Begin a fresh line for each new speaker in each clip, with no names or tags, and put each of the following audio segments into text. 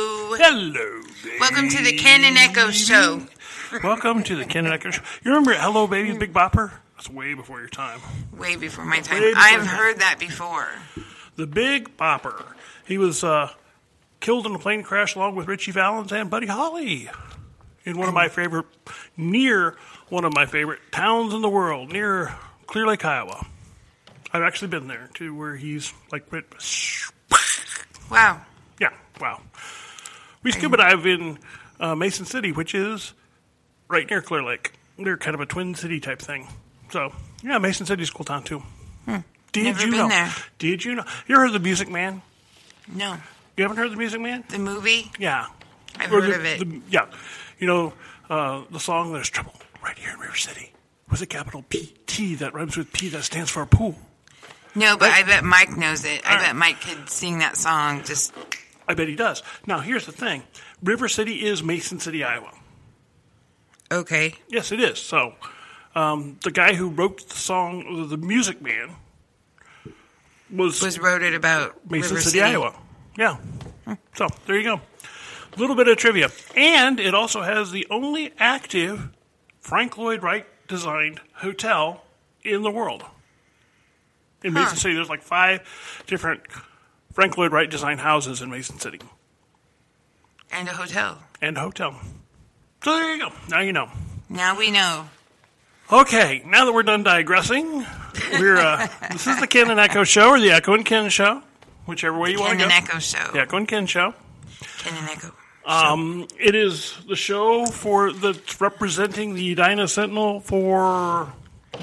Hello, baby.
Welcome to the Ken and Echo Show.
Welcome to the Ken and Echo Show. You remember Hello, Baby, Big Bopper? That's way before your time.
Way before my time.
Way before
I've
your time.
heard that before.
The Big Bopper. He was uh, killed in a plane crash along with Richie Valens and Buddy Holly in one of my favorite, near one of my favorite towns in the world, near Clear Lake, Iowa. I've actually been there to where he's like, went,
Wow.
yeah, wow. We scuba dive in uh, Mason City, which is right near Clear Lake. They're kind of a twin city type thing. So, yeah, Mason City's a cool town too. Did
Hmm. Never
you
been
know?
there.
Did you know? You heard of the Music Man?
No.
You haven't heard of the Music Man?
The movie?
Yeah.
I've
Or
heard
the-
of it.
the- yeah. You know, uh, the song There's Trouble Right Here in River City was a capital P T that rhymes with P that stands for pool.
No, but I bet Mike knows it. I
All right.
bet Mike could sing that song just
I bet he does. Now, here's the thing River City is Mason City, Iowa.
okay.
Yes, it is. So, um, the guy who wrote the song, the Music Man, was,
Was wrote it about
Mason
River
City, Iowa. Yeah. So there you go. A little bit of trivia, and it also has the only active Frank Lloyd Wright designed hotel in the world. In Mason City, there's like five different Frank Lloyd Wright designed houses in Mason City
And a hotel.
and a hotel. So there you go. Now you know.
Now we know.
Okay, now that we're done digressing, we're uh, this is the Ken and Echo show or the Echo and Ken show, whichever way you
Ken
want to go.
and Echo Show.
The Echo and Ken show. Mm,
Ken and Echo.
It is the show for the representing the Edina Sentinel for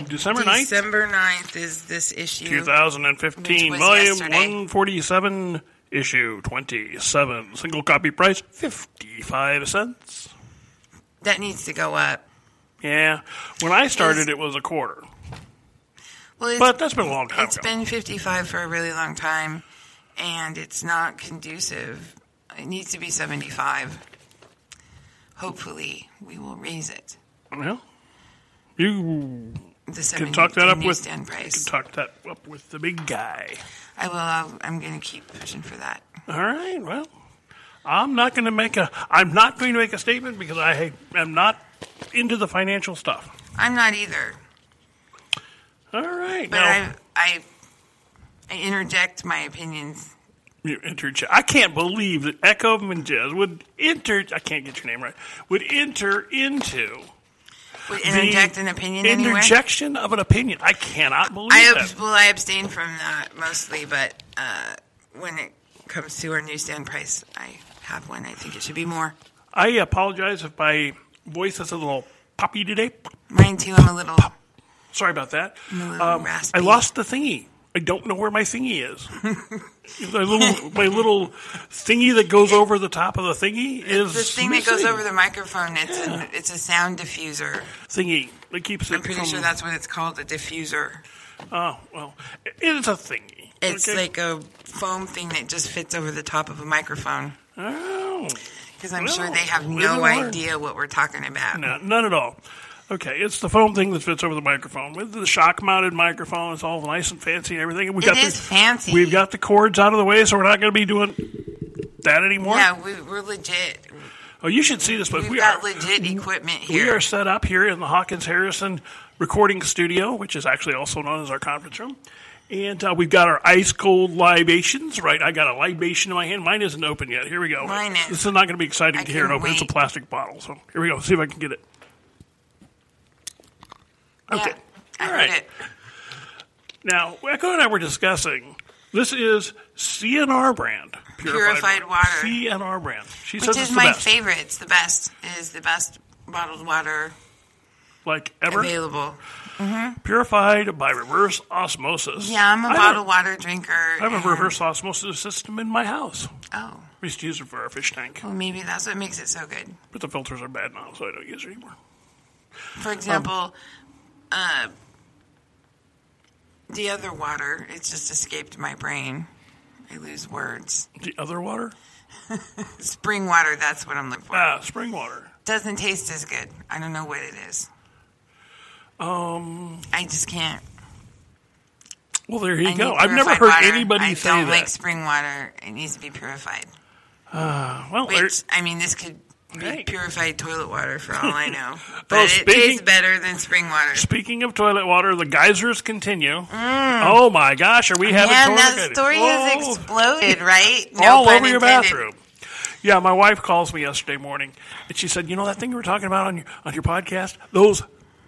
December 9th,
December 9th is this issue.
2015,
Which was
volume
yesterday.
147, issue 27, single copy price 55 cents.
That needs to go up.
Yeah, when I started it was a quarter,
Well, it's
but that's been a long time
It's
ago.
been 55 for a really long time, and it's not conducive. It needs to be 75. Hopefully, we will raise it.
Well, you
The 70,
talk that
the
up
new
with-
stand
can
price.
talk that up with the big guy.
I will. I'll, I'm going to keep pushing for that.
All right. Well, I'm not going to make a. I'm not going to make a statement because I am not into the financial stuff.
I'm not either,
All right.
but
now
I, I I interject my opinions.
you interject. I can't believe that Echo Mendez would enter. I can't get your name right. Would enter into
Would
the
interject an opinion anywhere?
interjection of an opinion. I cannot believe
I
that.
ab- well, I abstain from that mostly, but uh, when it comes to our newsstand price, I have one. I think it should be more.
I apologize if my voice is a little poppy today.
Mine too. I'm a little.
Sorry about that. Um,
a little raspy.
I lost the thingy. I don't know where my thingy is. my, little, my little thingy that goes over the top of the thingy is
The thing that goes
missing.
over the microphone. It's a, it's a sound diffuser.
thingy that keeps it.
I'm pretty
from,
sure that's what it's called, a diffuser.
Oh well, it is a thingy.
It's
okay?
like a foam thing that just fits over the top of a microphone.
oh
Because I'm
Well,
sure they have
live
no
and learn.
idea what we're talking about.
no, none at all. Okay, it's the foam thing that fits over the microphone with the shock-mounted microphone. It's all nice and fancy and everything. And we've
It
got
is
the,
fancy.
We've got the cords out of the way, so we're not going to be doing that anymore.
Yeah, we, we're legit.
Oh, you should see this, but
We've
we
got
are Mm-hmm.
legit equipment
We
here.
are set up here in the Hawkins Harrison recording studio, which is actually also known as our conference room. And uh, we've got our ice cold libations, right? I got a libation in my hand. Mine isn't open yet. Here we go.
Mine is.
This is not going to be exciting
I
to hear it
can't
open. It's a
wait.
plastic bottle. So here we go. See if I can get it. Okay.
Yeah, I
All
heard
right.
it.
Now, Echo and I were discussing this is CNR brand.
Purified water.
CNR brand. She
Which
says it's
is
the
my
best.
favorite. It's the best. It is the best bottled water
Like ever.
available.
Purified by reverse osmosis.
Yeah, I'm a
I don't-
bottled water drinker.
I have a reverse osmosis system in my house.
Oh,
We used to use it for our fish tank,
well, maybe that's what makes it so good.
but the filters are bad now, so I don't use it anymore.
For
Um,
example, uh, the other water, it's just escaped my brain. I lose words.
The other water?
Spring water, that's what I'm looking for.
Ah, spring water.
Doesn't taste as good. I don't know what it is. Um, I just can't.
Well, there you
I
go.
need
I've never
purified
heard
water.
anybody
I
say
don't
that.
like spring water. It needs to be purified.
Well, there-
Which I mean, this could be
Hey. Oh,
purified toilet water for all I know, but it
speaking-
tastes better than spring water.
speaking of toilet water, the geysers continue. Oh my gosh, are we having
Mm. Man,
toilet
that
geysers?
story has
Oh.
exploded, right? No
all
pun
over your
intended.
bathroom. Yeah, my wife calls me yesterday morning, and she said, "You know that thing you were talking about on your on your podcast? Those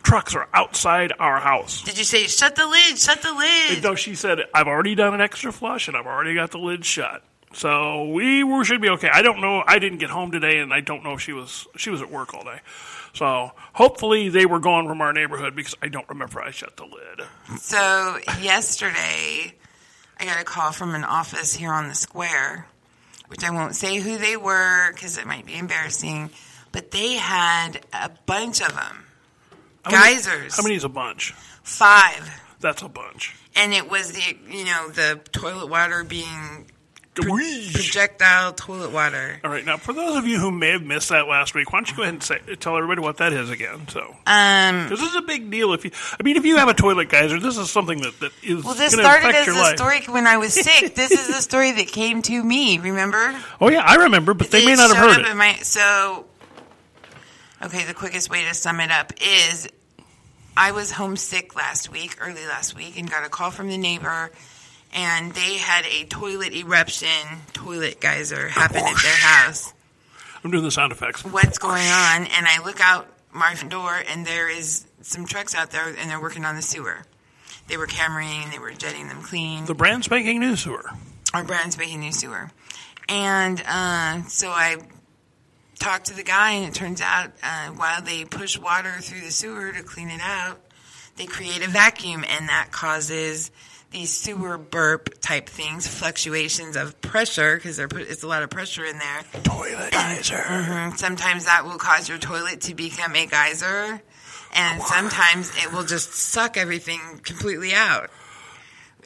trucks are outside our house."
Did you say shut the lid? Shut the lid.
No, she said, "I've already done an extra flush, and I've already got the lid shut, so we were, should be okay." I don't know. I didn't get home today, and I don't know if she was she was at work all day. So hopefully they were gone from our neighborhood because I don't remember I shut the lid.
So yesterday, I got a call from an office here on the square, which I won't say who they were because it might be embarrassing. But they had a bunch of them, geysers,
How many's a bunch?
five,
That's a bunch.
and it was the you know the toilet water being
Whee!
projectile toilet water.
All right, now for those of you who may have missed that last week, why don't you go ahead and say, tell everybody what that is again? So,
Um,
because this is a big deal. If you, I mean, if you have a toilet geyser, this is something that that is
well, this
gonna
started
affect
as
your
a
life.
story when I was sick. this is the story that came to me. Remember?
Oh yeah, I remember, but they may
It
not have
showed
heard
up
it.
in my- so, okay, the quickest way to sum it up is I was homesick last week, early last week, and got a call from the neighbor, and they had a toilet eruption, toilet geyser happen at their house.
I'm doing the sound effects.
What's going on? And I look out my door, and there is some trucks out there, and they're working on the sewer. They were cameraing, they were jetting them clean
The brand spanking new sewer.
our brand spanking new sewer. And uh, so I talked to the guy, and it turns out uh, while they push water through the sewer to clean it out, they create a vacuum, and that causes these sewer burp type things, fluctuations of pressure, because put, it's a lot of pressure in there.
Toilet geyser.
And Mm-hmm. sometimes that will cause your toilet to become a geyser, and sometimes it will just suck everything completely out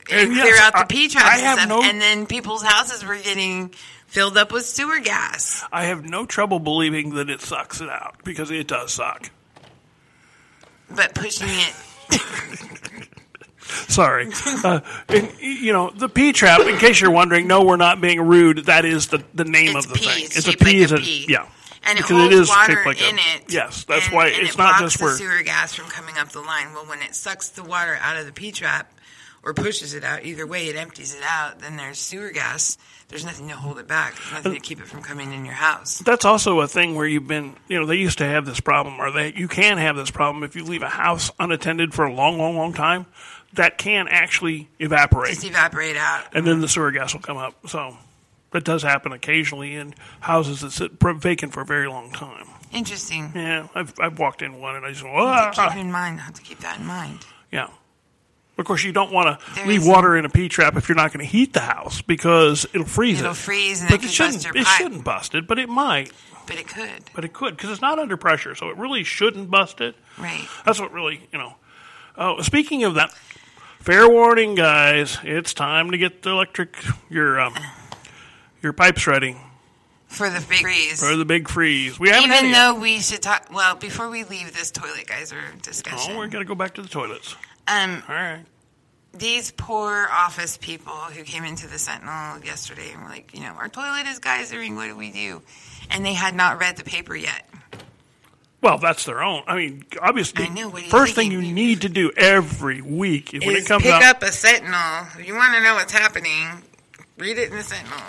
and,
yes,
clear out the
I-
pee traps
I
and
have
stuff.
no-
And then people's houses were getting filled up with sewer gas.
I have no trouble believing that it sucks it out because it does suck.
But pushing it,
Sorry. Uh, and, you know, the P trap, in case you're wondering, no, we're not being rude. That is the, the name
it's
of the
pee.
thing.
It's, shaped like
is
a pea.
Yeah.
And it
Because
holds
it is
water
shaped like a-
in it.
Yes, that's
and-
why
and
it's
it
not
blocks
just
the
where-
sewer gas from coming up the line. Well, when it sucks the water out of the pee trap or pushes it out, either way, it empties it out. Then there's sewer gas. There's nothing to hold it back. There's nothing to keep it from coming in your house.
That's also a thing where you've been, you know, they used to have this problem, or they you can have this problem if you leave a house unattended for a long, long, long time. That can actually evaporate,
Just evaporate out.
and then the sewer gas will come up. So that does happen occasionally in houses that sit pro- vacant for a very long time.
Interesting.
Yeah, I've, I've walked in one, and I just
Have to
"Ah."
keep in mind. Have to keep that in mind.
yeah. Of course, you don't want to
There
leave
is-
water in a pea trap if you're not going to heat the house because it'll freeze
It'll
it.
freeze and it
but it
could bust
shouldn't.
your
It
pipe.
shouldn't bust it, but it might.
But it could.
but it could because it's not under pressure, so it really shouldn't bust it.
Right.
That's what really, you know. Oh, speaking of that, fair warning, guys, it's time to get the electric your um, your pipes ready
for the big freeze.
for the big freeze. We haven't had
Even
it
though we should talk, well, before we leave this toilet geyser
yet.
discussion,
oh, we're gonna go back to the toilets.
um,
All right.
these poor office people who came into the Sentinel yesterday and were like, you know, our toilet is geysering. What do we do? And they had not read the paper yet.
Well, that's their own. I mean, obviously,
I know, what do you
first thing
think?
you need to do every week when
Is
it comes
pick
out.
up a Sentinel. If you want to know what's happening, read it in the Sentinel.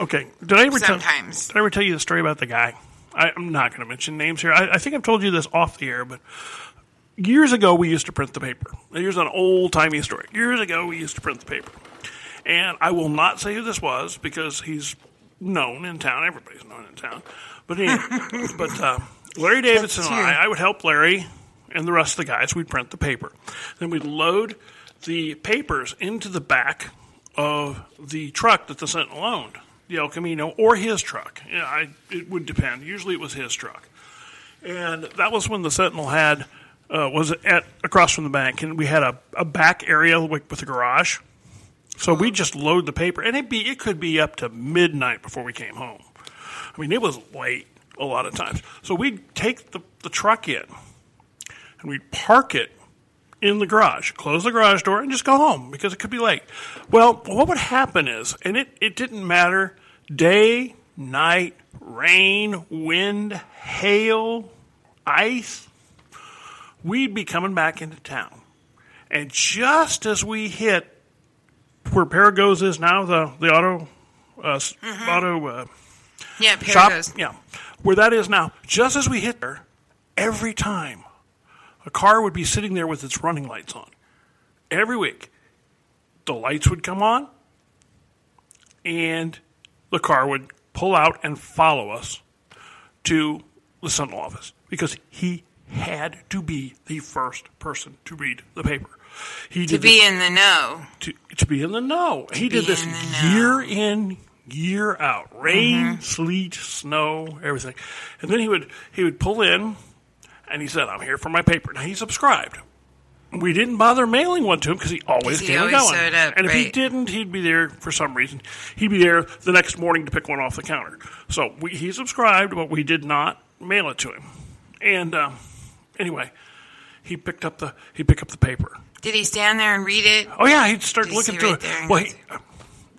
Okay. Did I ever tell,
Sometimes.
Did I ever tell you the story about the guy? I, I'm not going to mention names here. I, I think I've told you this off the air, but years ago we used to print the paper. Here's an old timey story. Years ago we used to print the paper, and I will not say who this was because he's known in town. Everybody's known in town. But anyway, but uh, Larry Davidson and I, I would help Larry and the rest of the guys. We'd print the paper, then we'd load the papers into the back of the truck that the Sentinel owned, the El Camino, or his truck. Yeah, I, it would depend. Usually, it was his truck and that was when the Sentinel had uh, was at across from the bank, and we had a, a back area with, with a garage. So we just load the paper, and it be it could be up to midnight before we came home. I mean, it was late a lot of times. So we'd take the, the truck in, and we'd park it in the garage, close the garage door, and just go home because it could be late. Well, what would happen is, and it, it didn't matter day, night, rain, wind, hail, ice, we'd be coming back into town. And just as we hit where Paragos is now, the, the auto, uh, s-
Mm-hmm.
auto uh,
Yeah, Paragos.
shop. Yeah. Where that is now, just as we hit there, every time a car would be sitting there with its running lights on. Every week, the lights would come on and the car would pull out and follow us to the Sentinel office because he had to be the first person to read the paper. He
To be in the know.
to, to be in the know. he did
be
this
in the know. Mm-hmm.
year in, year out. Rain, sleet, snow, everything. And then he would he would pull in and he said, I'm here for my paper. Now he subscribed. We didn't bother mailing one to him because he
'Cause
always
he
came and
always
going.
showed up,
and if he
right.
didn't, he'd be there for some reason. He'd be there the next morning to pick one off the counter. So we, he subscribed, but we did not mail it to him. And um, anyway, he picked up the he picked up the paper.
Did he stand there and read it?
Oh yeah, he'd start
Just
looking
see
through
right there
it.
and
Well,
go
he, uh,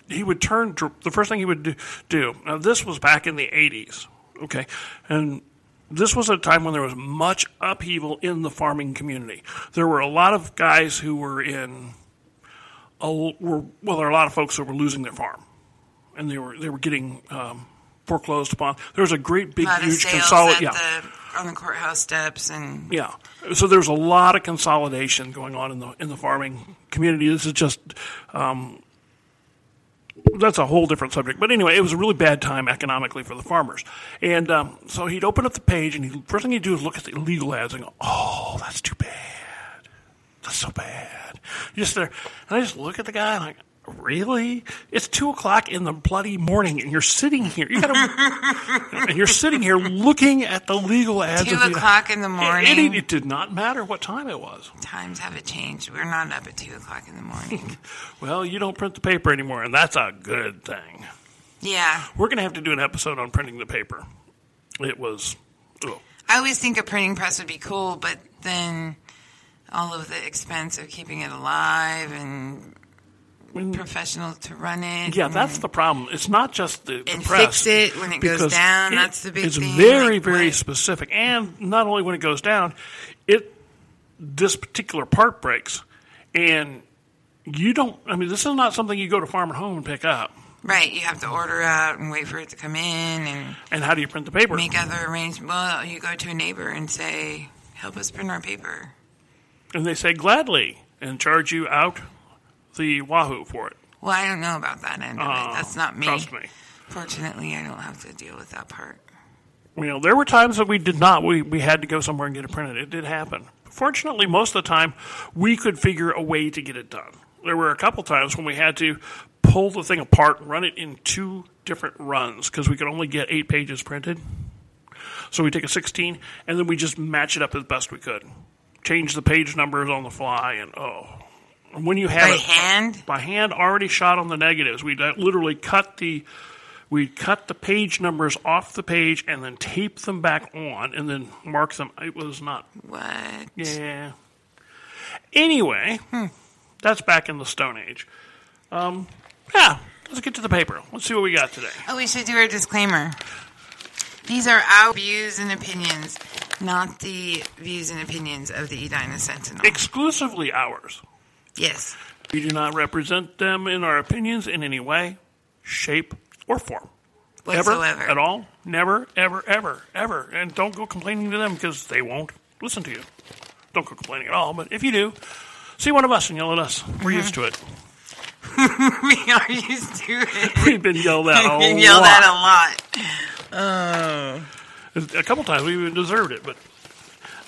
he would turn. dr- The first thing he would do, do. Now this was back in the eighties, okay, and this was a time when there was much upheaval in the farming community. There were a lot of guys who were in. A, l- were, well, there were a lot of folks who were losing their farm, and they were they were getting um, foreclosed upon. There was a great big
A lot of
huge
sales
consolidation.
at
Yeah.
the, on the courthouse steps and
Yeah. So there's a lot of consolidation going on in the in the farming community. This is just um, that's a whole different subject. But anyway, it was a really bad time economically for the farmers. And um, so he'd open up the page, and he, first thing he'd do is look at the illegal ads and go, "Oh, that's too bad. That's so bad." Just there, and I just look at the guy like. Really? It's two o'clock in the bloody morning, and you're sitting here. You gotta, and you're sitting here looking at the legal ads.
two
of the-
o'clock in the morning.
it, it did not matter what time it was.
Times haven't changed. We're not up at two o'clock in the morning.
Well, you don't print the paper anymore, and that's a good thing.
yeah,
We're going to have to do an episode on printing the paper. It was. Oh,
I always think a printing press would be cool, but then all of the expense of keeping it alive and professional to run it.
Mm-hmm. yeah,
and-
that's the problem. It's not just the, the
And
press.
fix Mm. it when it goes
because
down, that's the big
It's
thing,
very,
like
very
what-
specific, and not only when it goes down, it this particular part breaks, and you don't. I mean, this is not something you go to Farm and Home and pick up.
right. You have to order out and wait for it to come in and
And how do you print the paper?
make other arrangements. Well, you go to a neighbor and say, "Help us print our paper."
And they say gladly and charge you out the wahoo for it.
Well, I don't know about that end of it. That's not me.
Oh, Trust me.
Fortunately, I don't have to deal with that part.
You know, there were times that we did not. We, we had to go somewhere and get it printed. It did happen. Fortunately, most of the time, we could figure a way to get it done. There were a couple times when we had to pull the thing apart and run it in two different runs because we could only get eight pages printed. So we take a 16 and then we just match it up as best we could. Change the page numbers on the fly and oh. And when you have
By
it
hand?
by hand already shot on the negatives. We literally cut the we cut the page numbers off the page and then tape them back on and then mark them. It was not
What?
yeah. Anyway, that's back in the Stone Age. Um, yeah, let's get to the paper. Let's see what we got today.
Oh, we should do our disclaimer. These are our views and opinions, not the views and opinions of the Edina Sentinel.
Exclusively ours.
yes.
We do not represent them in our opinions in any way, shape, or form.
Whatsoever.
Ever, at all. Never, ever, ever, ever. And don't go complaining to them because they won't listen to you. Don't go complaining at all. But if you do, see one of us and yell at us. We're used to it.
we are used to it.
We've been yelled at a
We yell
lot.
that a lot.
a couple times we even deserved it. But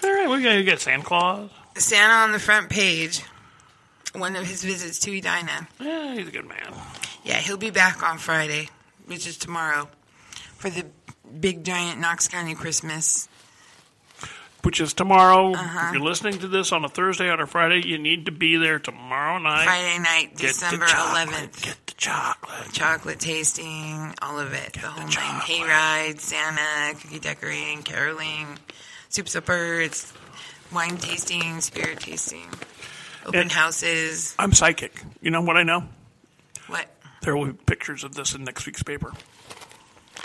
all right, we're gonna get Santa Claus.
Santa on the front page, one of his visits to Edina.
Yeah, he's a good man.
Yeah, he'll be back on Friday, which is tomorrow, for the big giant Knox County Christmas.
Which is tomorrow. If you're listening to this on a Thursday or a Friday, you need to be there tomorrow night.
Friday night,
Get the
December
chocolate,
11th.
Get the chocolate.
chocolate tasting, all of it. the whole
the
nine.
chocolate.
Hayride, Santa, cookie decorating, caroling, soup supper, it's wine tasting, spirit tasting, open
And-
houses.
I'm psychic. You know what I know?
What?
There will be pictures of this in next week's paper.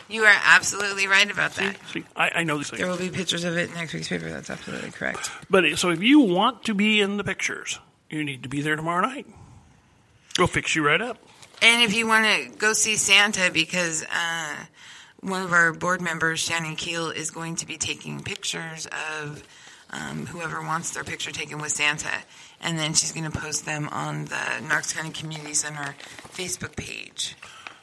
You are absolutely right about that.
See, I, I know these
There
things.
will be pictures of it in next week's paper. That's absolutely correct.
But it- so if you want to be in the pictures, you need to be there tomorrow night. We'll fix you right up.
And if you want to go see Santa, because uh, one of our board members, Shannon Keel, is going to be taking pictures of um, whoever wants their picture taken with Santa. And then she's going to post them on the Knox County Community Center Facebook page.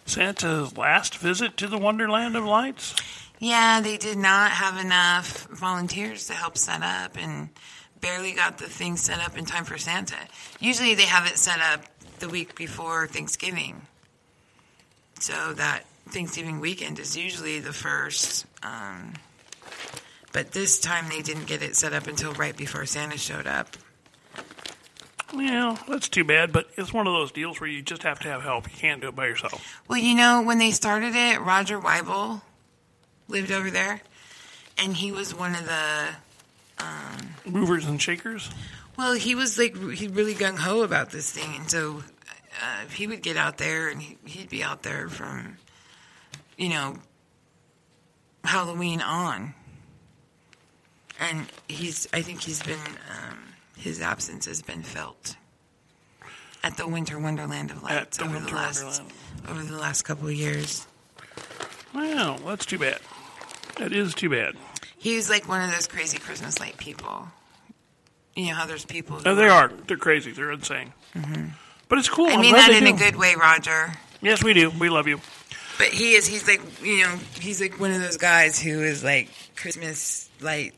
Santa's last visit to the Wonderland of Lights.
Yeah, they did not have enough volunteers to help set up and barely got the thing set up in time for Santa. Usually they have it set up the week before Thanksgiving. So that Thanksgiving weekend is usually the first. Um, but this time they didn't get it set up until right before Santa showed up.
Yeah, that's too bad, but it's one of those deals where you just have to have help. You can't do it by yourself.
Well, you know, when they started it, Roger Weibel lived over there, and he was one of the
Movers and shakers.
Well, he was like he really gung ho about this thing, and so uh, he would get out there, and he, he'd be out there from, you know, Halloween on. And he's, I think he's been, um, his absence has been felt at the Winter Wonderland of Lights
the
over
Winter
the last
Wonderland.
over the last couple of years.
Well, that's too bad. That is too bad.
He was like one of those crazy Christmas light people. You know how there's people. who
No, Oh, they are. They're crazy. They're insane. But it's cool.
Mm-hmm. I
I'm
mean
glad
that
they
in a
do.
good way, Roger.
Yes, we do. We love you.
But he is, he's like, you know, he's like one of those guys who is like Christmas light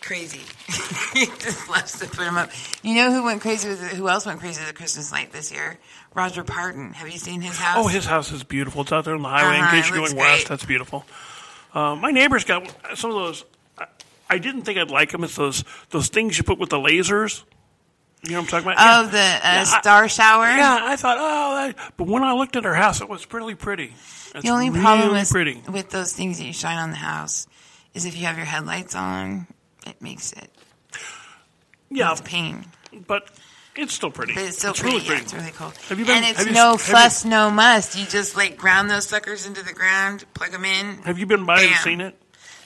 crazy. he just loves to put him up. You know who went crazy with who else went crazy with the Christmas light this year? Roger Parton. Have you seen his house?
Oh, his house is beautiful. It's out there on the highway
Uh-huh,
in case
it
you're
looks
going west.
great.
That's beautiful. Uh, my neighbor's got some of those. I, I didn't think I'd like them. It's those those things you put with the lasers. You know what I'm talking about?
Oh,
Yeah.
the uh,
I-
star shower.
Yeah, I thought, oh, that, but when I looked at her house, it was pretty pretty. It's
The only problem
really
with,
pretty.
with those things that you shine on the house is if you have your headlights on, it makes it
Yeah,
it's a pain.
but it's still pretty.
But it's still pretty.
really
yeah,
pretty.
it's really cool.
Have you been-
and it's
have you-
no
have you-
fuss, no must. You just like ground those suckers into the ground, plug them in.
Have you been by and
Bam.
seen it?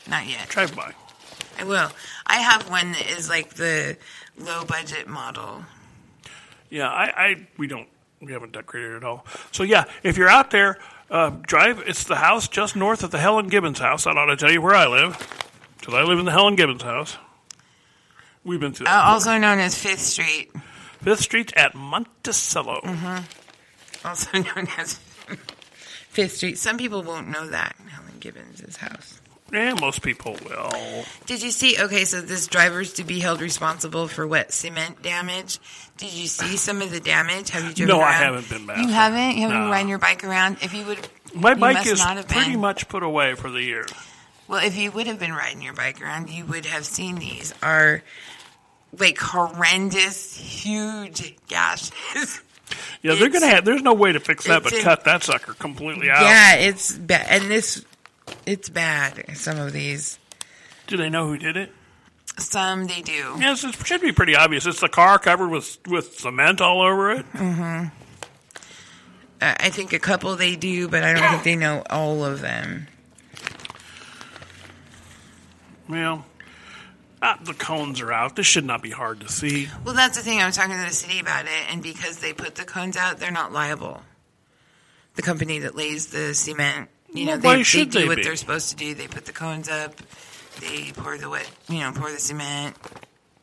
Not yet.
Drive by.
I will. I have one that is like the low budget model.
Yeah, I, I we don't we haven't decorated at all. So yeah, if you're out there, uh, drive. It's the house just north of the Helen Gibbons house. That ought to tell you where I live, because I live in the Helen Gibbons house. We've been through
Uh,
that.
also known as Fifth Street.
Fifth Street at Monticello.
Mm-hmm. Also known as Fifth Street. Some people won't know that. Helen Gibbons' house.
Yeah, most people will.
Did you see? Okay, so this driver's to be held responsible for what cement damage. Did you see some of the damage? Have you driven?
No, I
around?
haven't been back.
You haven't. You haven't
No.
run your bike around. If you would,
My
you
bike
must
is
not have
pretty
been.
much put away for the year.
Well, if you would have been riding your bike around, you would have seen these are like horrendous, huge gashes.
Yeah, they're
It's-
gonna have. There's no way to fix that,
it's
but
in-
cut that sucker completely out.
Yeah, it's bad, and this it's bad. Some of these,
Do they know who did it?
some they do.
Yes, it should be pretty obvious. It's the car covered with with cement all over it.
Uh, I think a couple they do, but I don't think they know all of them.
Well, uh, the cones are out. This should not be hard to see.
Well, that's the thing. I was talking to the city about it, and because they put the cones out, they're not liable. The company that lays the cement, you know,
Well, why
they, they
should
do
they
what
be?
they're supposed to do. They put the cones up, they pour the wet, you know, pour the cement,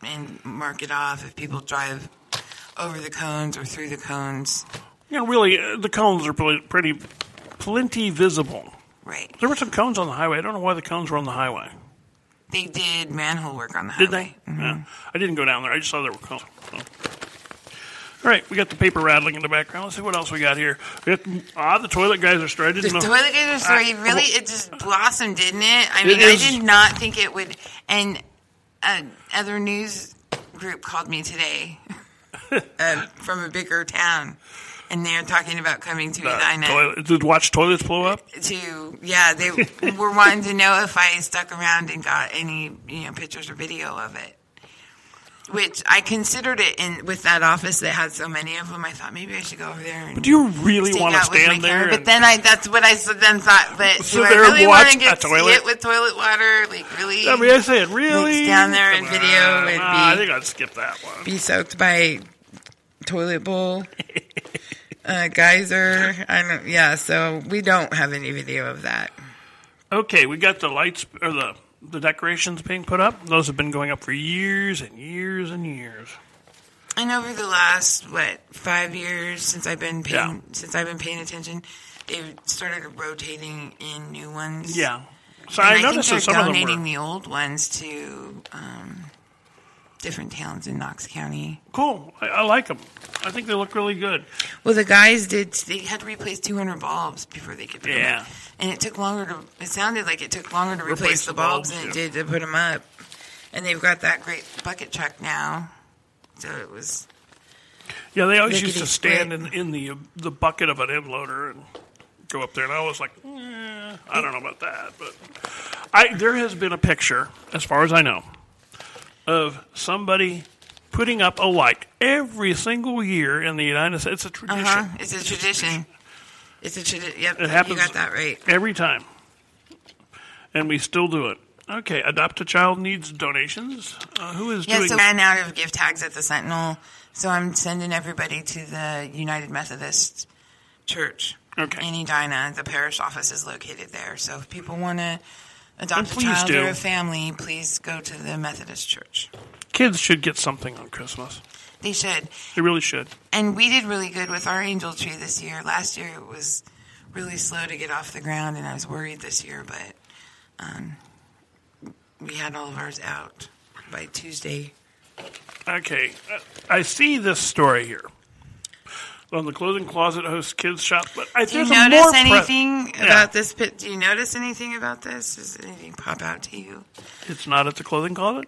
and mark it off if people drive over the cones or through the cones.
You know, really, uh, the cones are pl- pretty plenty visible.
Right.
There were some cones on the highway. I don't know why the cones were on the highway.
They did manhole work on the highway.
Did they? Yeah. I didn't go down there. I just saw there were cones. So. All right, we got the paper rattling in the background. Let's see what else we got here. We got, ah, the toilet guys are started.
The toilet paper story
I-
really it just blossomed, didn't it? I
It
mean,
is.
I did not think it would. And uh, other news group called me today uh, from a bigger town, and they're talking about coming to Edina.
uh, toilet, did watch toilets blow up?
To yeah, they were wanting to know if I stuck around and got any you know pictures or video of it. which I considered it in with that office that had so many of them. I thought maybe I should go over there. And
Do you really
stake
want to
out with my
stand there?
camera.
and-
But then I that's what I s- then thought. But
Sit
do I
there and
really want
watch
to get
a toilet?
hit with toilet water? Like really?
I mean, I said really
Like, down there in
Nah,
video would
nah, I
be-
think I'd skip that one.
be soaked by toilet bowl, uh, geyser. I don't. Yeah. So we don't have any video of that.
Okay, we got the lights or the the decorations being put up. Those have been going up for years and years and years.
And over the last what five years since I've been paying
Yeah.
since I've been paying attention, they've started rotating in new ones.
Yeah. So
And
I, noticed that
think they're
some of them
donating
were
the old ones to um, different towns in Knox County.
cool. I, I like them. I think they look really good.
Well, the guys did. They had to replace 200 bulbs before they could put
Yeah.
them up, and it took longer to. It sounded like it took longer to replace,
Replace
the
the
bulbs
bulbs,
than it
yeah.
did to put them up. And they've got that great bucket truck now, so it was.
Yeah, they always
Lickety
used to
split.
stand in, in the the bucket of an end loader and go up there, and I was like, eh, I don't know about that, but I there has been a picture, as far as I know, of somebody putting up a light every single year in the United States. It's a
Uh
tradition
huh. It's a tradition. It's a tradition. Yep,
It happens-
you got that right.
every time, and we still do it. Okay, adopt a child needs donations. Uh, who is
Yeah,
doing?
so I ran out of gift tags at the Sentinel, so I'm sending everybody to the United Methodist Church
Okay.
in Edina. The parish office is located there, so if people want to
And
adopt a
please
child
do.
or a family, please go to the Methodist Church.
Kids should get something on Christmas.
They should.
They really should.
And we did really good with our angel tree this year. Last year it was really slow to get off the ground, and I was worried this year, but um, we had all of ours out by Tuesday.
Okay, uh, I see this story here on the clothing closet host kids shop. But I,
Do you
there's a more
notice
pre-
anything
Yeah.
about this? Pit? Do you notice anything about this? Does anything pop out to you?
It's not at the clothing closet.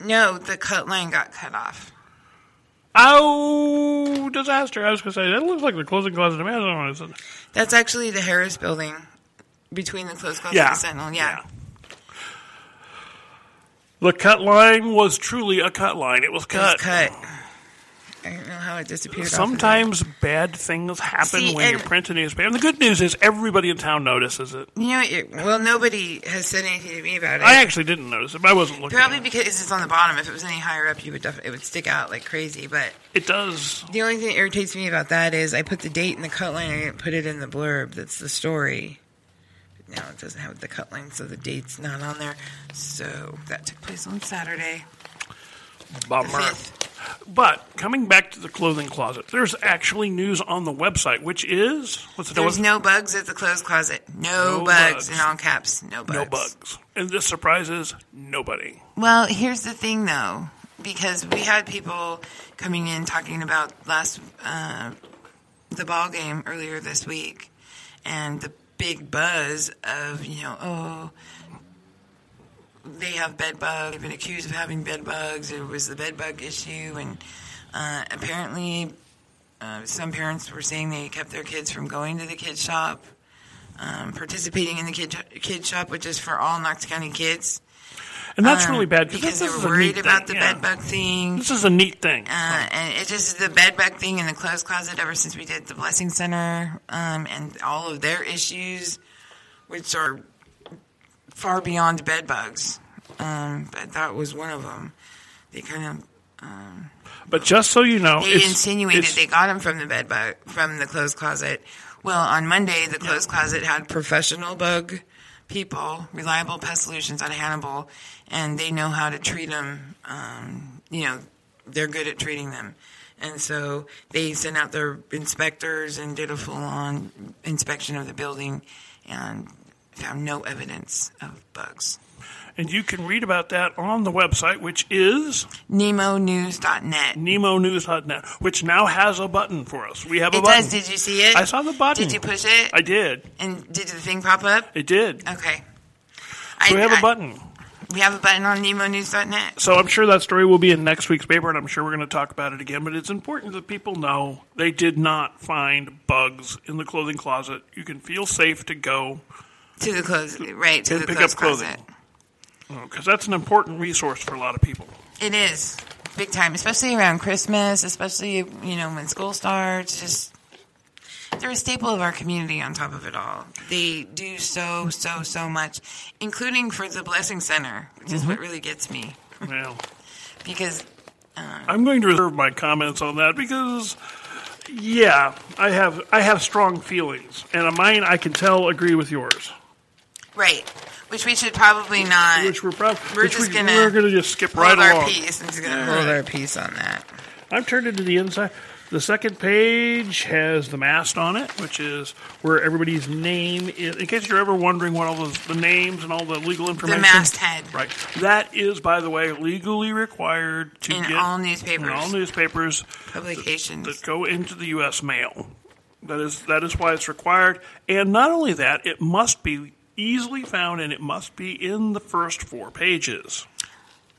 No, the cut line got cut off.
Oh, disaster! I was going to say that looks like the clothing closet. of Amazon. Isn't it?
That's actually the Harris Building, between the closed closet
Yeah.
and the Sentinel. Yeah.
The cut line was truly a cut line. It was
it was
cut.
cut. I don't know how it disappeared. Sometimes,
Sometimes bad things happen
See,
when you
and-
print a newspaper. And the good news is everybody in town notices it.
you know, it, well, nobody has said anything to me about it.
I actually didn't notice it, but I wasn't looking.
Probably
at it.
because it's on the bottom. If it was any higher up, you would def- it would stick out like crazy. But
it does.
the only thing that irritates me about that is I put the date in the cut line. I didn't put it in the blurb. That's the story. But now it doesn't have the cut line, so the date's not on there. So that took place on Saturday.
Bummer.
Fifth.
But coming back to the clothing closet, there's actually news on the website, which is what's the
There's
no,
no bugs at the clothes closet. No,
No bugs.
bugs in all caps. No bugs.
no bugs, and this surprises nobody.
Well, here's the thing though, because we had people coming in talking about last uh, the ball game earlier this week, and the big buzz of you know oh they have bed bugs. They've been accused of having bed bugs. There was the bed bug issue, and uh, apparently uh, some parents were saying they kept their kids from going to the kid shop. Um, participating in the kid kid shop, which is for all Knox County kids,
And that's
um,
really bad
because
this
they
is
were
a
worried
neat
about
thing,
the
yeah.
bed bug thing.
This is a neat thing.
Uh, and it just the bed bug thing in the clothes closet ever since we did the blessing center um, and all of their issues, which are far beyond bed bugs. Um, but that was one of them. They kind of
but just so you know,
they
it's,
insinuated
it's-
they got them from the bed bug from the clothes closet. Well, on Monday, the clothes closet had professional bug people, reliable pest solutions out of Hannibal, and they know how to treat them. Um, you know, they're good at treating them, and so they sent out their inspectors and did a full-on inspection of the building and found no evidence of bugs.
and you can read about that on the website, which is
NemoNews.net.
nemonews.net, which now has a button for us. We have a
It
button.
does. Did you see it?
I saw the button.
Did you push it?
I did.
And did the thing pop up?
It did.
Okay.
So
Uh,
we
I-
have a
I-
button.
We have a button on NemoNews.net.
So I'm sure that story will be in next week's paper, and I'm sure we're going to talk about it again. But it's important that people know they did not find bugs in the clothing closet. You can feel safe to go
To the clothes, right, to
and
the
pick up
clothes
clothing
closet.
because that's an important resource for a lot of people.
It is. big time, especially around Christmas, especially you know when school starts. Just they're a staple of our community. On top of it all, they do so so so much, including for the Blessing Center, which is
Mm-hmm.
what really gets me
Well,
because
I'm going to reserve my comments on that because, yeah, I have I have strong feelings, and mine I can tell agree with yours,
right, which we should probably not.
which we're prob-
We're
which
just
we,
gonna
we're going to just skip right
hold our
along.
peace. I'm just gonna hold our peace on that.
I've turned it to the inside. The second page has the mast on it, which is where everybody's name is. In case you're ever wondering what all those, the names and all the legal information.
masthead.
Right. That is, by the way, legally required to
In
get
all newspapers.
in all newspapers
Publications.
that go into the U.S. mail. That is that is why it's required. And not only that, it must be easily found, and it must be in the first four pages.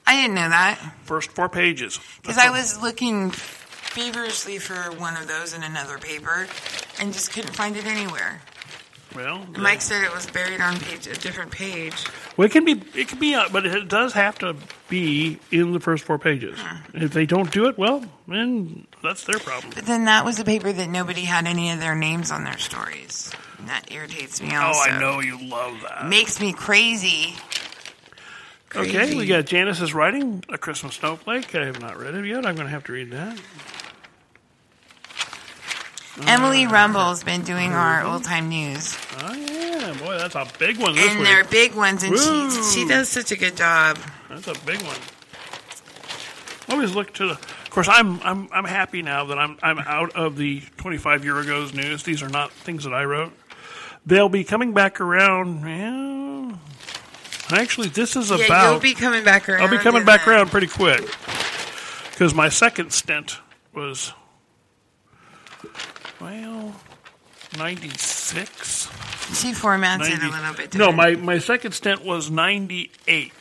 I didn't know that
First four pages.
because I was looking feverishly for one of those in another paper and just couldn't find it anywhere.
well.
Mike said it was buried on page a different page.
Well, it can be, it can be, uh, but it does have to be in the first four pages.
Uh-huh.
If they don't do it, well, then that's their problem.
But then that was a paper that nobody had any of their names on their stories. And that irritates me
Oh,
also.
I know you love that.
Makes me crazy.
Okay, we got Janice's writing a Christmas snowflake. I have not read it yet. I'm going to have to read that.
Emily Rumble's been doing our old time news.
Oh yeah, boy, that's a big one this
And they're
week.
big ones and
Woo.
she she does such a good job.
That's a big one. I always look to the. Of course, I'm I'm I'm happy now that I'm I'm out of the 25 year ago's news. These are not things that I wrote. They'll be coming back around. Yeah. Actually, this is
Yeah,
about.
you'll be coming back around.
I'll be coming
in
back
the-
around pretty quick because my second stint was well 96
She formats it
90
a little bit different.
No, my, my second stint was 98,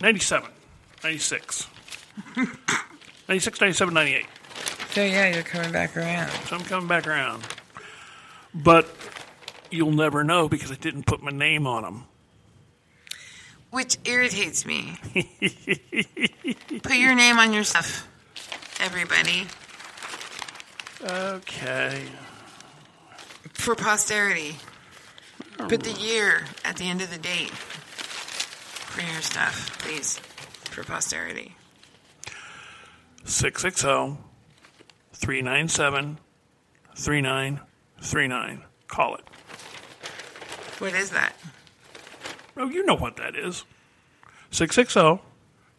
97, 96. 96, 97, 98.
So yeah, you're coming back around.
So I'm coming back around. But you'll never know because I didn't put my name on them.
Which irritates me. Put your name on your stuff, everybody.
Okay.
For posterity. Put the year at the end of the date. For your stuff, please. For posterity.
660 397 3939. Call it.
What is that?
Oh, you know what that is. 660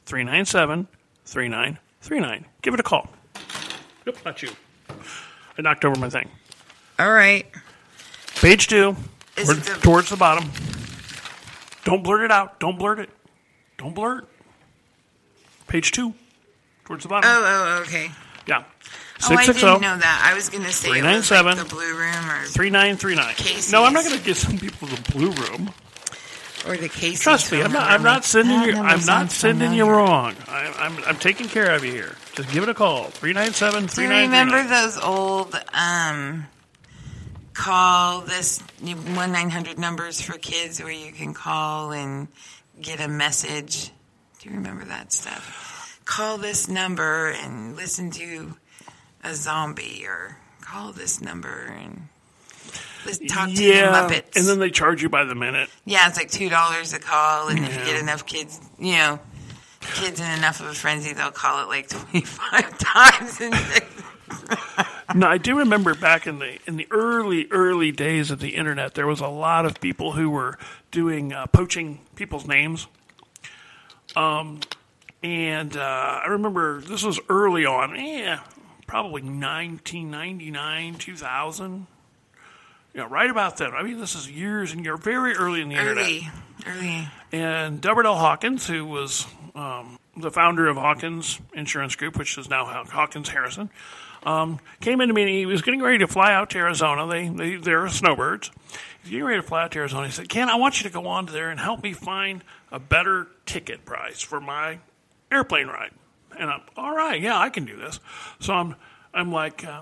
397 3939. Give it a call. Nope, not you. I knocked over my thing.
All right.
Page two,
Is
toward-
it the-
towards the bottom. Don't blurt it out. Don't blurt it. Don't blurt. Page two, towards the bottom.
Oh, oh, okay.
yeah.
Oh, I
660
didn't know that. I was going to say it was like
397.
the blue room or,
3939.
Casey's.
No, I'm not going to give some people the blue room.
or the case.
Trust me, I'm not. I'm not sending you. I'm not sending you
wrong.
wrong. I'm, I'm. I'm taking care of you here. Just give it a call. Three nine seven
Do
three
you
nine three
remember
nine.
those old um, call this one nine hundred numbers for kids where you can call and get a message? Do you remember that stuff? Call this number and listen to a zombie, or call this number and listen, talk to
Yeah,
the Muppets.
and then they charge you by the minute.
yeah, it's like two dollars a call, and if you
Yeah.
get enough kids, you know. Kids in enough of a frenzy, they'll call it like 25 times. And
Now I do remember back in the in the early early days of the internet, there was a lot of people who were doing uh, poaching people's names. Um, and uh, I remember this was early on, yeah, probably nineteen ninety nine two thousand. Yeah, right about then. I mean, this is years and years, very early in the internet.
early, early.
And Delbert L. Hawkins, who was um, the founder of Hawkins Insurance Group, which is now Haw- Hawkins Harrison, um, came into me and he was getting ready to fly out to Arizona. They, they they're snowbirds. He's getting ready to fly out to Arizona. He said, "Ken, I want you to go on there and help me find a better ticket price for my airplane ride." And I'm all right. Yeah, I can do this. So I'm I'm like uh,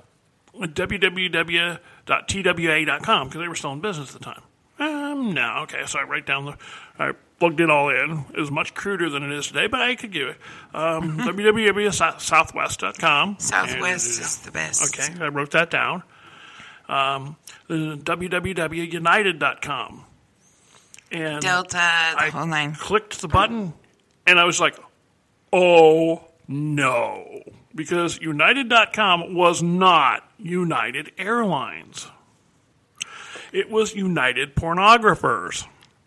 www.twa.com because they were still in business at the time. Um, no, okay. So I write down the I plugged it all in. It was much cruder than it is today, but I could give it. Um, www.southwest.com.
Southwest
And, uh,
is the best.
Okay, I wrote that down. Um, then www.united.com. And
Delta, the
I
whole nine.
clicked the button and I was like, oh no. Because United.com was not United Airlines, it was United Pornographers.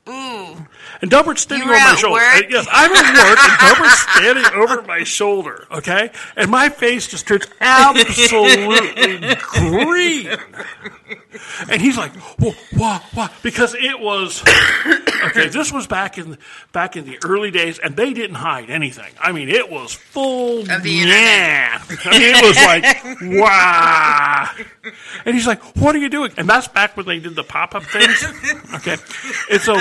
Ooh,
And Delbert's standing
Mm. You were
over my
at
shoulder.
work?
Uh, Yes, I'm at work, and Delbert's standing over my shoulder. Okay, and my face just turns absolutely green. And he's like, "Whoa, whoa, whoa!" Because it was okay. This was back in back in the early days, and they didn't hide anything. I mean, it was full.
Of the
yeah, I mean, it was like wow. And he's like, "What are you doing?" And that's back when they did the pop up things. Okay, and so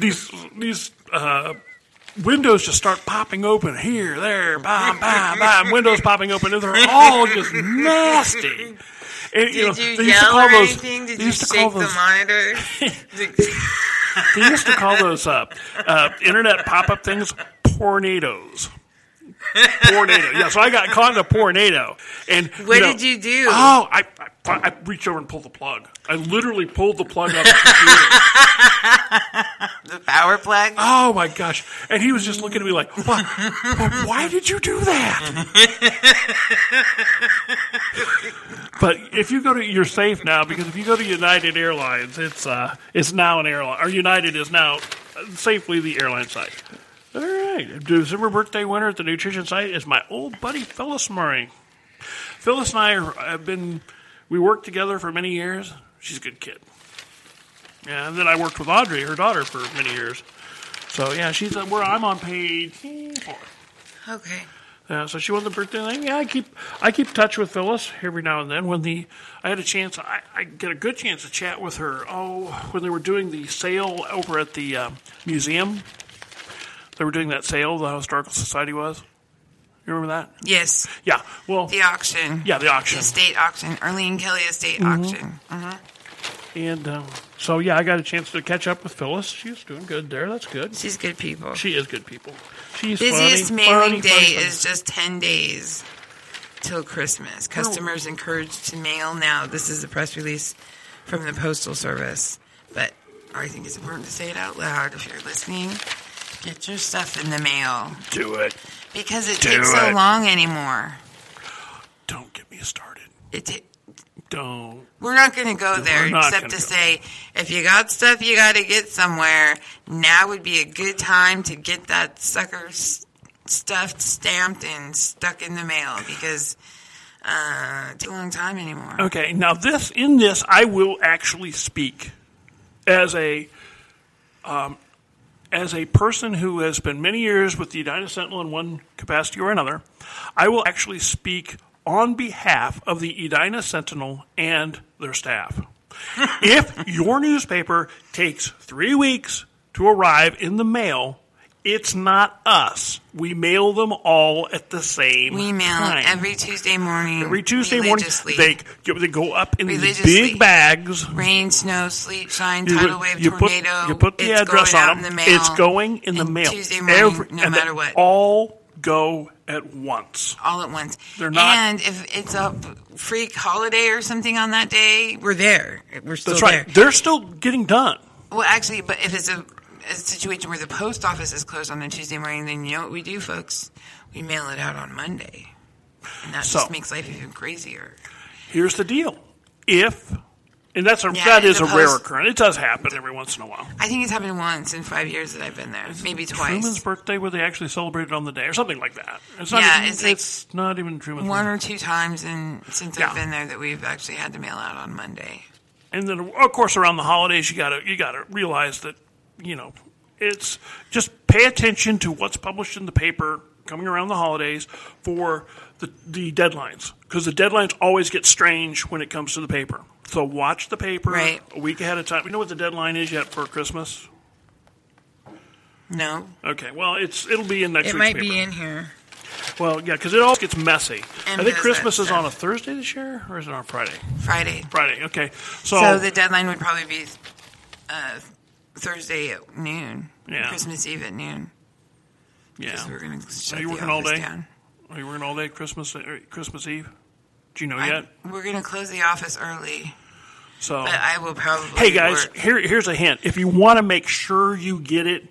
these these uh, windows just start popping open here, there, bam, bam, bam. Windows popping open, and they're all just nasty. And, you know,
did you
they used to
yell
call
or
those.
anything? Did
they
you
used to call
shake the
those.
monitor?
They used to call those uh, uh, internet pop up things tornadoes. Tornado. Yeah, so I got caught in a tornado. And
What
know,
did you do?
Oh, I, I I reached over and pulled the plug. I literally pulled the plug off the computer.
the power plug?
Oh my gosh! And he was just looking at me like, "Why, why- why did you do that?" but if you go to, you're safe now because if you go to United Airlines, it's uh, it's now an airline, or United is now uh, safely the airline site. All right, December birthday winner at the nutrition site is my old buddy Phyllis Murray. Phyllis and I are, have been we worked together for many years. She's a good kid. Yeah, and then I worked with Audrey, her daughter, for many years. So yeah, she's uh, where I'm on page four.
Okay.
Uh, so she won the birthday thing. Yeah, I keep I keep touch with Phyllis every now and then. When the I had a chance, I, I get a good chance to chat with her. Oh, when they were doing the sale over at the um, museum, they were doing that sale the historical society was. You remember that?
Yes,
Yeah. Well,
the auction.
yeah, Mm-hmm. the auction.
Estate auction. Arlene Kelly estate auction. Mhm.
And um, so yeah, I got a chance to catch up with Phyllis. She's doing good there. That's good.
She's good people.
She is good people. She's
Busiest
funny, funny,
mailing day
funny, funny.
is just 10 days till
Oh.
Christmas. Customers encouraged to mail now. This is a press release from the Postal Service. But I think it's important to say it out loud if you're listening. Get your stuff in the mail
do it.
because it
Do
takes so
it.
long anymore.
Don't get me started.
It ta-
Don't.
We're not going to go there
we're not
except
gonna
to
go.
say if you got stuff you got to get somewhere, now would be a good time to get that sucker s- stuffed, stamped, and stuck in the mail because uh, it's a long time anymore.
Okay, now this in this I will actually speak as a um, as a person who has been many years with the United Sentinel in one capacity or another. I will actually speak on behalf of the Edina Sentinel and their staff. if your newspaper takes three weeks to arrive in the mail, it's not us. We mail them all at the same
We mail
time.
every Tuesday morning.
Every Tuesday morning,
religiously.
they they go up in these
Religiously.
big bags.
rain, snow, sleet, shine,
You,
tidal wave,
you put,
tornado.
you put the
it's
address
going out
on them.
in the mail.
It's going in the
and
mail
Tuesday morning,
Every-
no
and they
matter what.
All go at once.
all at once.
They're not-
And if it's a freak holiday or something on that day, we're there. We're still
That's right.
there.
They're still getting done.
Well, actually, but if it's a, a situation where the post office is closed on a Tuesday morning, then you know what we do, folks? We mail it out on Monday. And that
So-
just makes life even crazier.
Here's the deal: if and that's a
Yeah,
that is a
the
rare
post-
occurrence. It does happen every once in a while.
I think it's happened once in five years that I've been there, maybe
Truman's
twice.
birthday, where they actually celebrated on the day, or something like that. It's not
Yeah,
even,
it's like
not even Truman's
One or two times in, since
Yeah.
I've been there that we've actually had to mail out on Monday.
and then of course around the holidays you gotta you gotta realize that you know it's just pay attention to what's published in the paper coming around the holidays for the, the deadlines because the deadlines always get strange when it comes to the paper so watch the paper
Right.
a week ahead of time you know what the deadline is yet for christmas
No,
okay well it's it'll be in next
it
week's
might
paper.
be in here.
well yeah because it all gets messy
And
i think
does
christmas
that
is on a thursday this year or is it on friday
Friday.
friday okay
So the deadline would probably be uh, Thursday at noon.
Yeah.
Christmas Eve at noon.
Yeah.
Because we're going to shut
you
the
working all
office
day?
down.
Are you working all day Christmas er, Christmas Eve? Do you know yet?
I- we're going to close the office early,
So
but I will probably.
Oh. Hey guys,
work.
here, here's a hint. If you want to make sure you get it,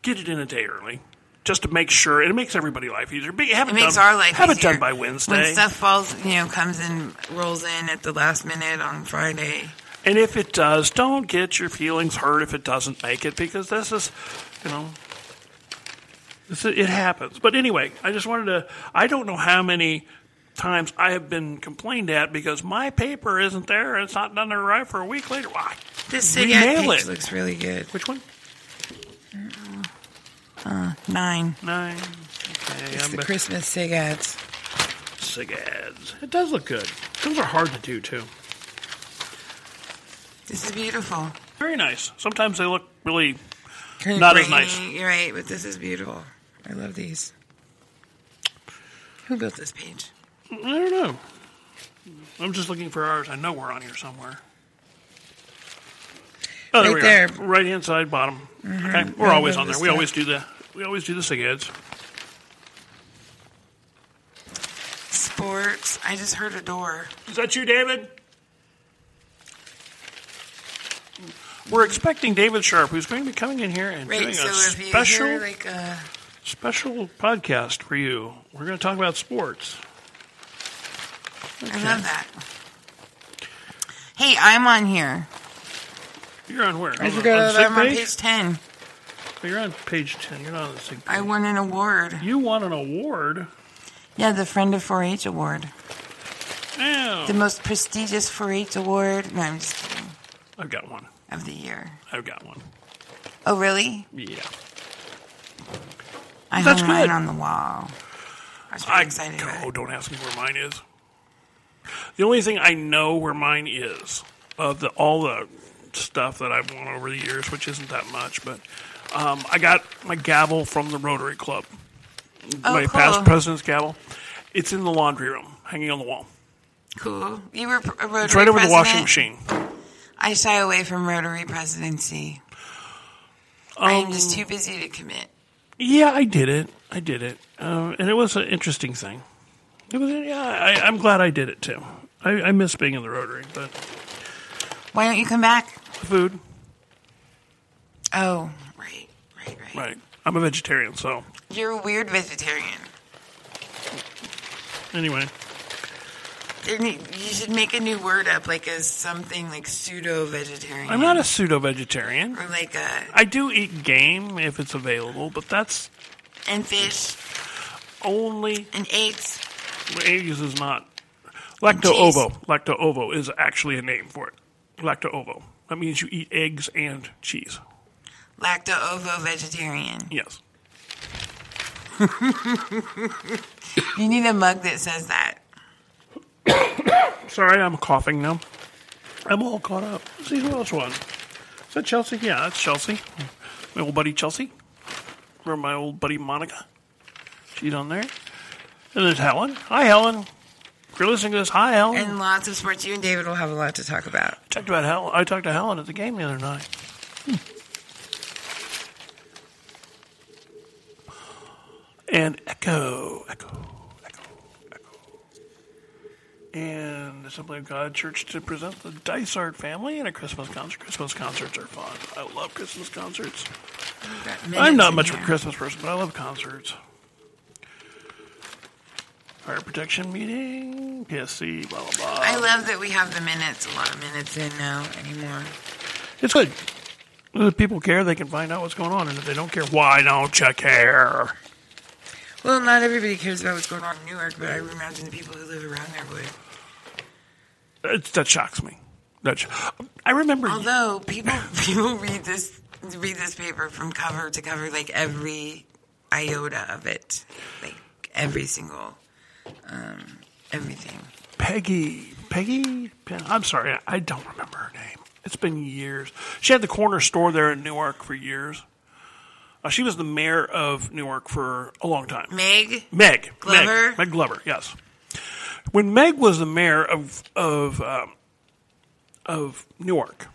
get it in a day early, just to make sure. And it makes everybody life easier. But you have
It
it,
makes
done,
our life
Have
easier.
it done by Wednesday.
When stuff falls, you know, comes and rolls in at the last minute on Friday.
and if it does, don't get your feelings hurt if it doesn't make it, because this is, you know, this is, it happens. But anyway, I just wanted to. I don't know how many times I have been complained at because my paper isn't there. It's not done to arrive for a week later. Why?
This city ad
Nail
page
it.
looks really good.
Which one?
Nine.
Nine. Okay,
It's
I'm
the
back.
Christmas sig ads.
Sig ads. It does look good. Those are hard to do too.
This is beautiful.
Very nice. Sometimes they look really.
Kind of
Not as
grainy,
nice.
You're right, but this is beautiful. I love these. Who built this page?
I don't know. I'm just looking for ours. I know we're on here somewhere. Oh,
Right
we are.
there.
right hand side bottom. Okay, we're
I
always
love
on there.
this
We
stuff.
always do the we always do the sig ads.
Sports. I just heard a door.
Is that you, David? We're expecting David Sharp, who's going to be coming in here and
Right,
doing
so
a
if you
special
hear like uh, a
special podcast for you. We're going to talk about sports.
I love that. Hey, I'm on here.
You're on where?
I
On the-
forgot
on the
that I'm
sig
on
page?
page ten.
But you're on page 10. You're not on the sig
I
page.
won an award.
You won an award.
Yeah, the Friend of 4-H award,
Yeah.
the most prestigious 4-H award. No, I'm just kidding.
I've got one.
Of the year.
I've got one.
Oh, really?
Yeah.
I
That's
hung mine
good.
on the wall. I was pretty
I
excited. about
oh,
it.
don't ask me where mine is. The only thing I know where mine is of the all the stuff that I've won over the years, which isn't that much, but um, I got my gavel from the Rotary Club,
Oh,
my
cool.
past president's gavel. It's in the laundry room, hanging on the wall.
Cool. You were a Rotary
It's right over the washing
president?
machine.
I shy away from Rotary presidency. I am
Um,
just too busy to commit.
Yeah, I did it. I did it, uh, and it was an interesting thing. It was. Yeah, I, I'm glad I did it too. I, I miss being in the Rotary, but
Why don't you come back?
food.
Oh, right, right, right.
Right. I'm a vegetarian, so
You're a weird vegetarian.
anyway.
There need- You should make a new word up, like as something like pseudo vegetarian.
I'm not a pseudo vegetarian.
Or like a
I do eat game if it's available, but that's
and fish
only
and eggs.
Aegis is not. Lacto
Cheese.
ovo. Lacto ovo is actually a name for it. Lacto ovo. That means you eat eggs and cheese.
Lacto ovo vegetarian.
Yes.
You need a mug that says that.
Sorry, I'm coughing now. I'm all caught up. Let's see who else won. Is that Chelsea? Yeah, that's Chelsea. My old buddy Chelsea. Or my old buddy Monica. She's on there. And there's Helen. Hi, Helen. If you're listening to this, hi, Helen.
And lots of sports. You and David will have a lot to talk about.
I talked about Helen. I talked to Helen at the game the other night. Hmm. And echo, echo, echo, echo. And the Assembly of God Church to present the Dysart family in a Christmas concert. Christmas concerts are fun. I love Christmas concerts.
We've got
I'm
minutes
not
in
much of a
here.
Christmas person, but I love concerts. Fire protection meeting, PSC, blah blah blah.
I love that we have the minutes, a lot of minutes in now anymore.
It's good. If people care, they can find out what's going on. And if they don't care, why don't you care?
Well, not everybody cares about what's going on in Newark, but I imagine the people who live around there would.
It's, that shocks me. That sh- I remember.
Although people people read this read this paper from cover to cover, like every iota of it, like every single um, everything.
Peggy. Peggy? Pen- I'm sorry, I- I don't remember her name. It's been years. She had the corner store there in Newark for years. Uh, she was the mayor of Newark for a long time.
Meg,
Meg
Glover?
Meg, Meg Glover. Yes. When Meg was the mayor of of um, of Newark,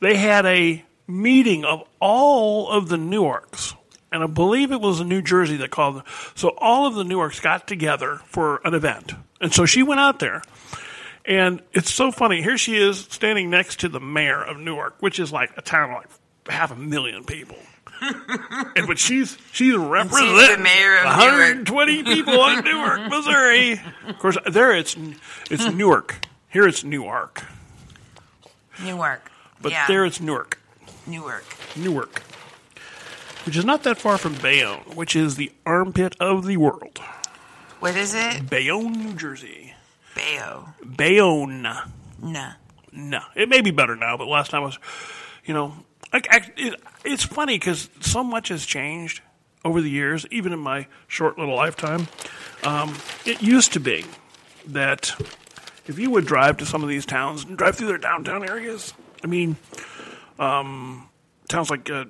they had a meeting of all of the Newarks, and I believe it was in New Jersey that called. them. So all of the Newarks got together for an event, and so she went out there. And it's so funny. Here she is standing next to the mayor of Newark, which is like a town of like half a million people. and but she's she's representing
mayor of
120 people in Newark, Missouri. Of course, there it's it's Newark. Here it's Newark,
Newark.
but
yeah.
there it's Newark.
Newark.
Newark, which is not that far from Bayonne, which is the armpit of the world.
What is it?
Bayonne, New Jersey.
Bayo.
Bayonne.
Nah.
No, it may be better now, but last time was, you know, I, I, it, it's funny because so much has changed over the years, even in my short little lifetime. Um, it used to be that if you would drive to some of these towns and drive through their downtown areas, I mean, um, towns like uh,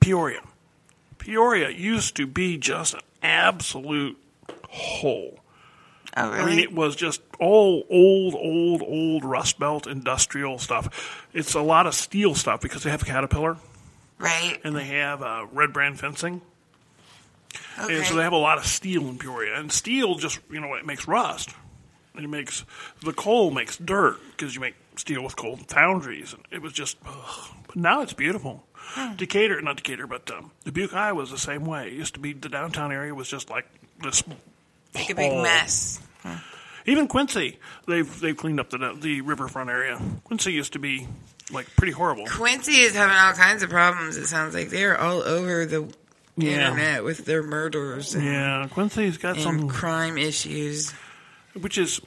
Peoria. Peoria used to be just an absolute hole.
Oh,
I mean,
really?
it was just all old, old, old Rust Belt industrial stuff. It's a lot of steel stuff because they have Caterpillar
right.
and they have uh, Red Brand fencing,
Okay.
and so they have a lot of steel in Peoria. And steel just you know it makes rust. It makes the coal makes dirt because you make steel with coal in foundries, and it was just. Ugh. But now it's beautiful.
Hmm.
Decatur, not Decatur, but um, Dubuque, Iowa was the same way. It used to be the downtown area was just like this
like a big
hole.
mess.
Even Quincy, they've they've cleaned up the the riverfront area. Quincy used to be like pretty horrible.
Quincy is having all kinds of problems. It sounds like they're all over the
Yeah.
internet with their murders and,
Yeah, Quincy's got
and
some,
crime issues.
which is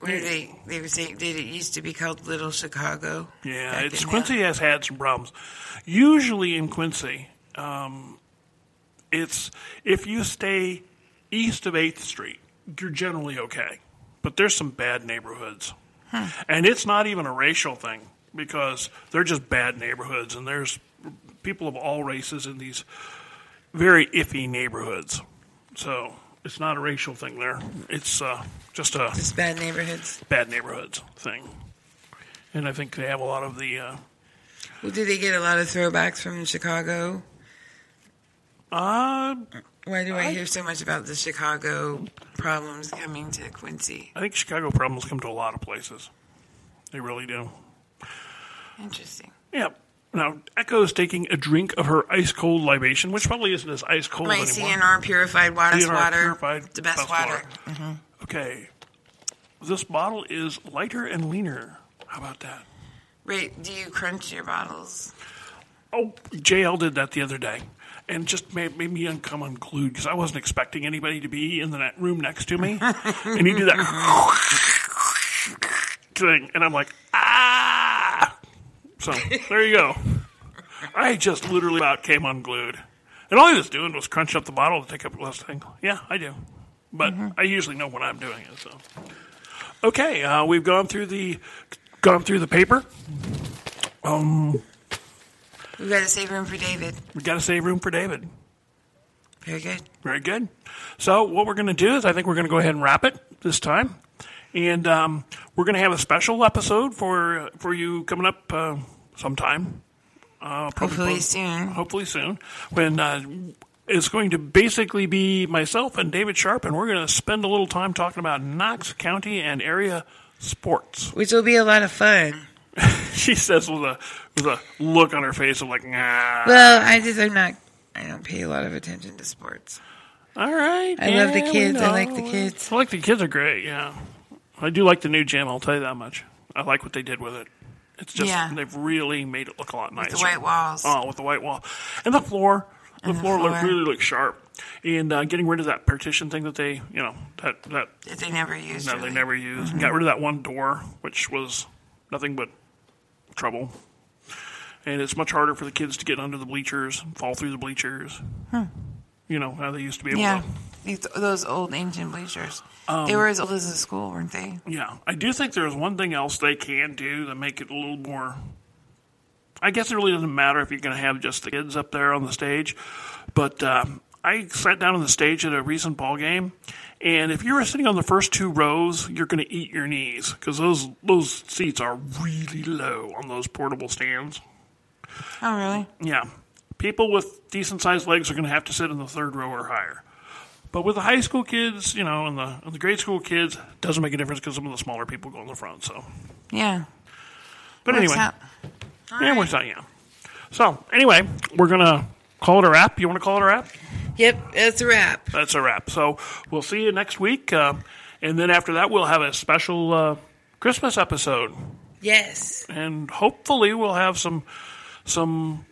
What are they? They were saying did it used to be called Little Chicago?
yeah,
back
it's
in
Quincy has had some problems. Usually in Quincy, um, it's if you stay east of Eighth Street, you're generally okay. But there's some bad neighborhoods, and it's not even a racial thing because they're just bad neighborhoods, and there's people of all races in these very iffy neighborhoods. So it's not a racial thing there. It's uh, just a
Just bad neighborhoods.
bad neighborhoods thing. And I think they have a lot of the. Uh,
Well, do they get a lot of throwbacks from Chicago?
uh,
Why do I, hear so much about the Chicago problems coming to Quincy?
I think Chicago problems come to a lot of places. They really do.
Interesting.
Yeah. Now, Echo's taking a drink of her ice cold libation, which probably isn't as ice cold
My
anymore.
CNR purified water,
CNR
water
purified
the best,
best
water. Mm-hmm.
water. Okay. This bottle is lighter and leaner. How about that?
Wait, do you crunch your bottles?
Oh, JL did that the other day, and just made, made me come unglued because I wasn't expecting anybody to be in the ne- room next to me, and he did that thing, and I'm like, ah. So there you go. I just literally about came unglued, and all he was doing was crunch up the bottle to take up less thing. Yeah, I do, but I usually know when I'm doing it. So okay, uh, we've gone through the gone through the paper.
We've got to save room for David.
We got to save room for David.
Very good.
Very good. So what we're going to do is I think we're going to go ahead and wrap it this time, and um, we're going to have a special episode for for you coming up uh, sometime. Uh, probably-
Hopefully soon.
Hopefully soon. When uh, it's going to basically be myself and David Sharp, and we're going to spend a little time talking about Knox County and area sports.
Which will be a lot of fun.
She says with a with a look on her face of like, nah.
Well, I just I'm not I don't pay a lot of attention to sports.
All right.
I love the
yeah, we
kids. I like
know.
the kids.
I like the kids are great. Yeah, I do like the new gym. I'll tell you that much. I like what they did with it. It's just
Yeah.
they've really made it look a lot nicer.
The white walls.
Oh, with the white wall and the floor. The
And the
floor, looked
floor.
really looked sharp. And uh, getting rid of that partition thing that they, you know, that that
That they never used.
no,
really.
they never used.
Mm-hmm.
Got rid of that one door, which was nothing but trouble. And it's much harder for the kids to get under the bleachers, fall through the bleachers. You know how they used to be able
Hmm. Yeah.
to.
These, those old ancient bleachers.
Um,
they were as old as the school, weren't they?
Yeah, I do think there's one thing else they can do to make it a little more. I guess it really doesn't matter if you're going to have just the kids up there on the stage, but um, I sat down on the stage at a recent ball game, and if you were sitting on the first two rows, you're going to eat your knees because those those seats are really low on those portable stands.
Oh, really?
Yeah. People with decent sized legs are going to have to sit in the third row or higher. But with the high school kids, you know, and the, and the grade school kids, doesn't make a difference because some of the smaller people go in the front. So,
Yeah.
but
Works
anyway,
out. All
yeah,
right.
we're done, yeah. So anyway, we're gonna call it a wrap. You want to call it a wrap?
Yep, that's a wrap.
That's a wrap. So we'll see you next week, uh, and then after that, we'll have a special uh, Christmas episode,
Yes.
and hopefully, we'll have some some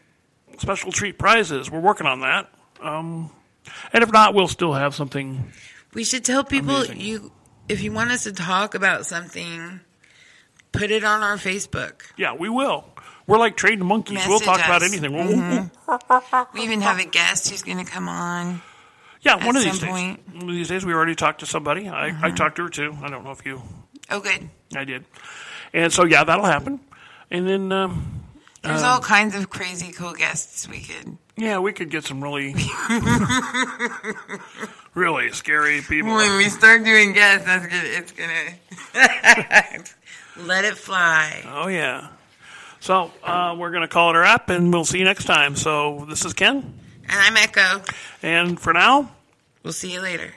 special treat prizes. We're working on that. Um, and if not, we'll still have something.
We should tell people
Amazing.
you if you want us to talk about something, put it on our Facebook.
Yeah, we will. We're like trading monkeys. we'll
Message
talk about
us. Mm-hmm.
anything.
We even have a guest who's going to come on.
Yeah, one
At
of these
some
days.
point. Mm-hmm.
One of these days, we already talked to somebody. I, I talked to her too. I don't know if you
Oh, good.
I did. And so, yeah, that'll happen. And then, um,
There's all kinds of crazy cool guests we could.
yeah, we could get some really, really scary people.
When we start doing guests, that's gonna, it's gonna let it fly.
Oh, yeah. So, uh, we're going to call it a wrap and we'll see you next time. So, this is Ken.
And I'm Echo.
And for now,
We'll see you later.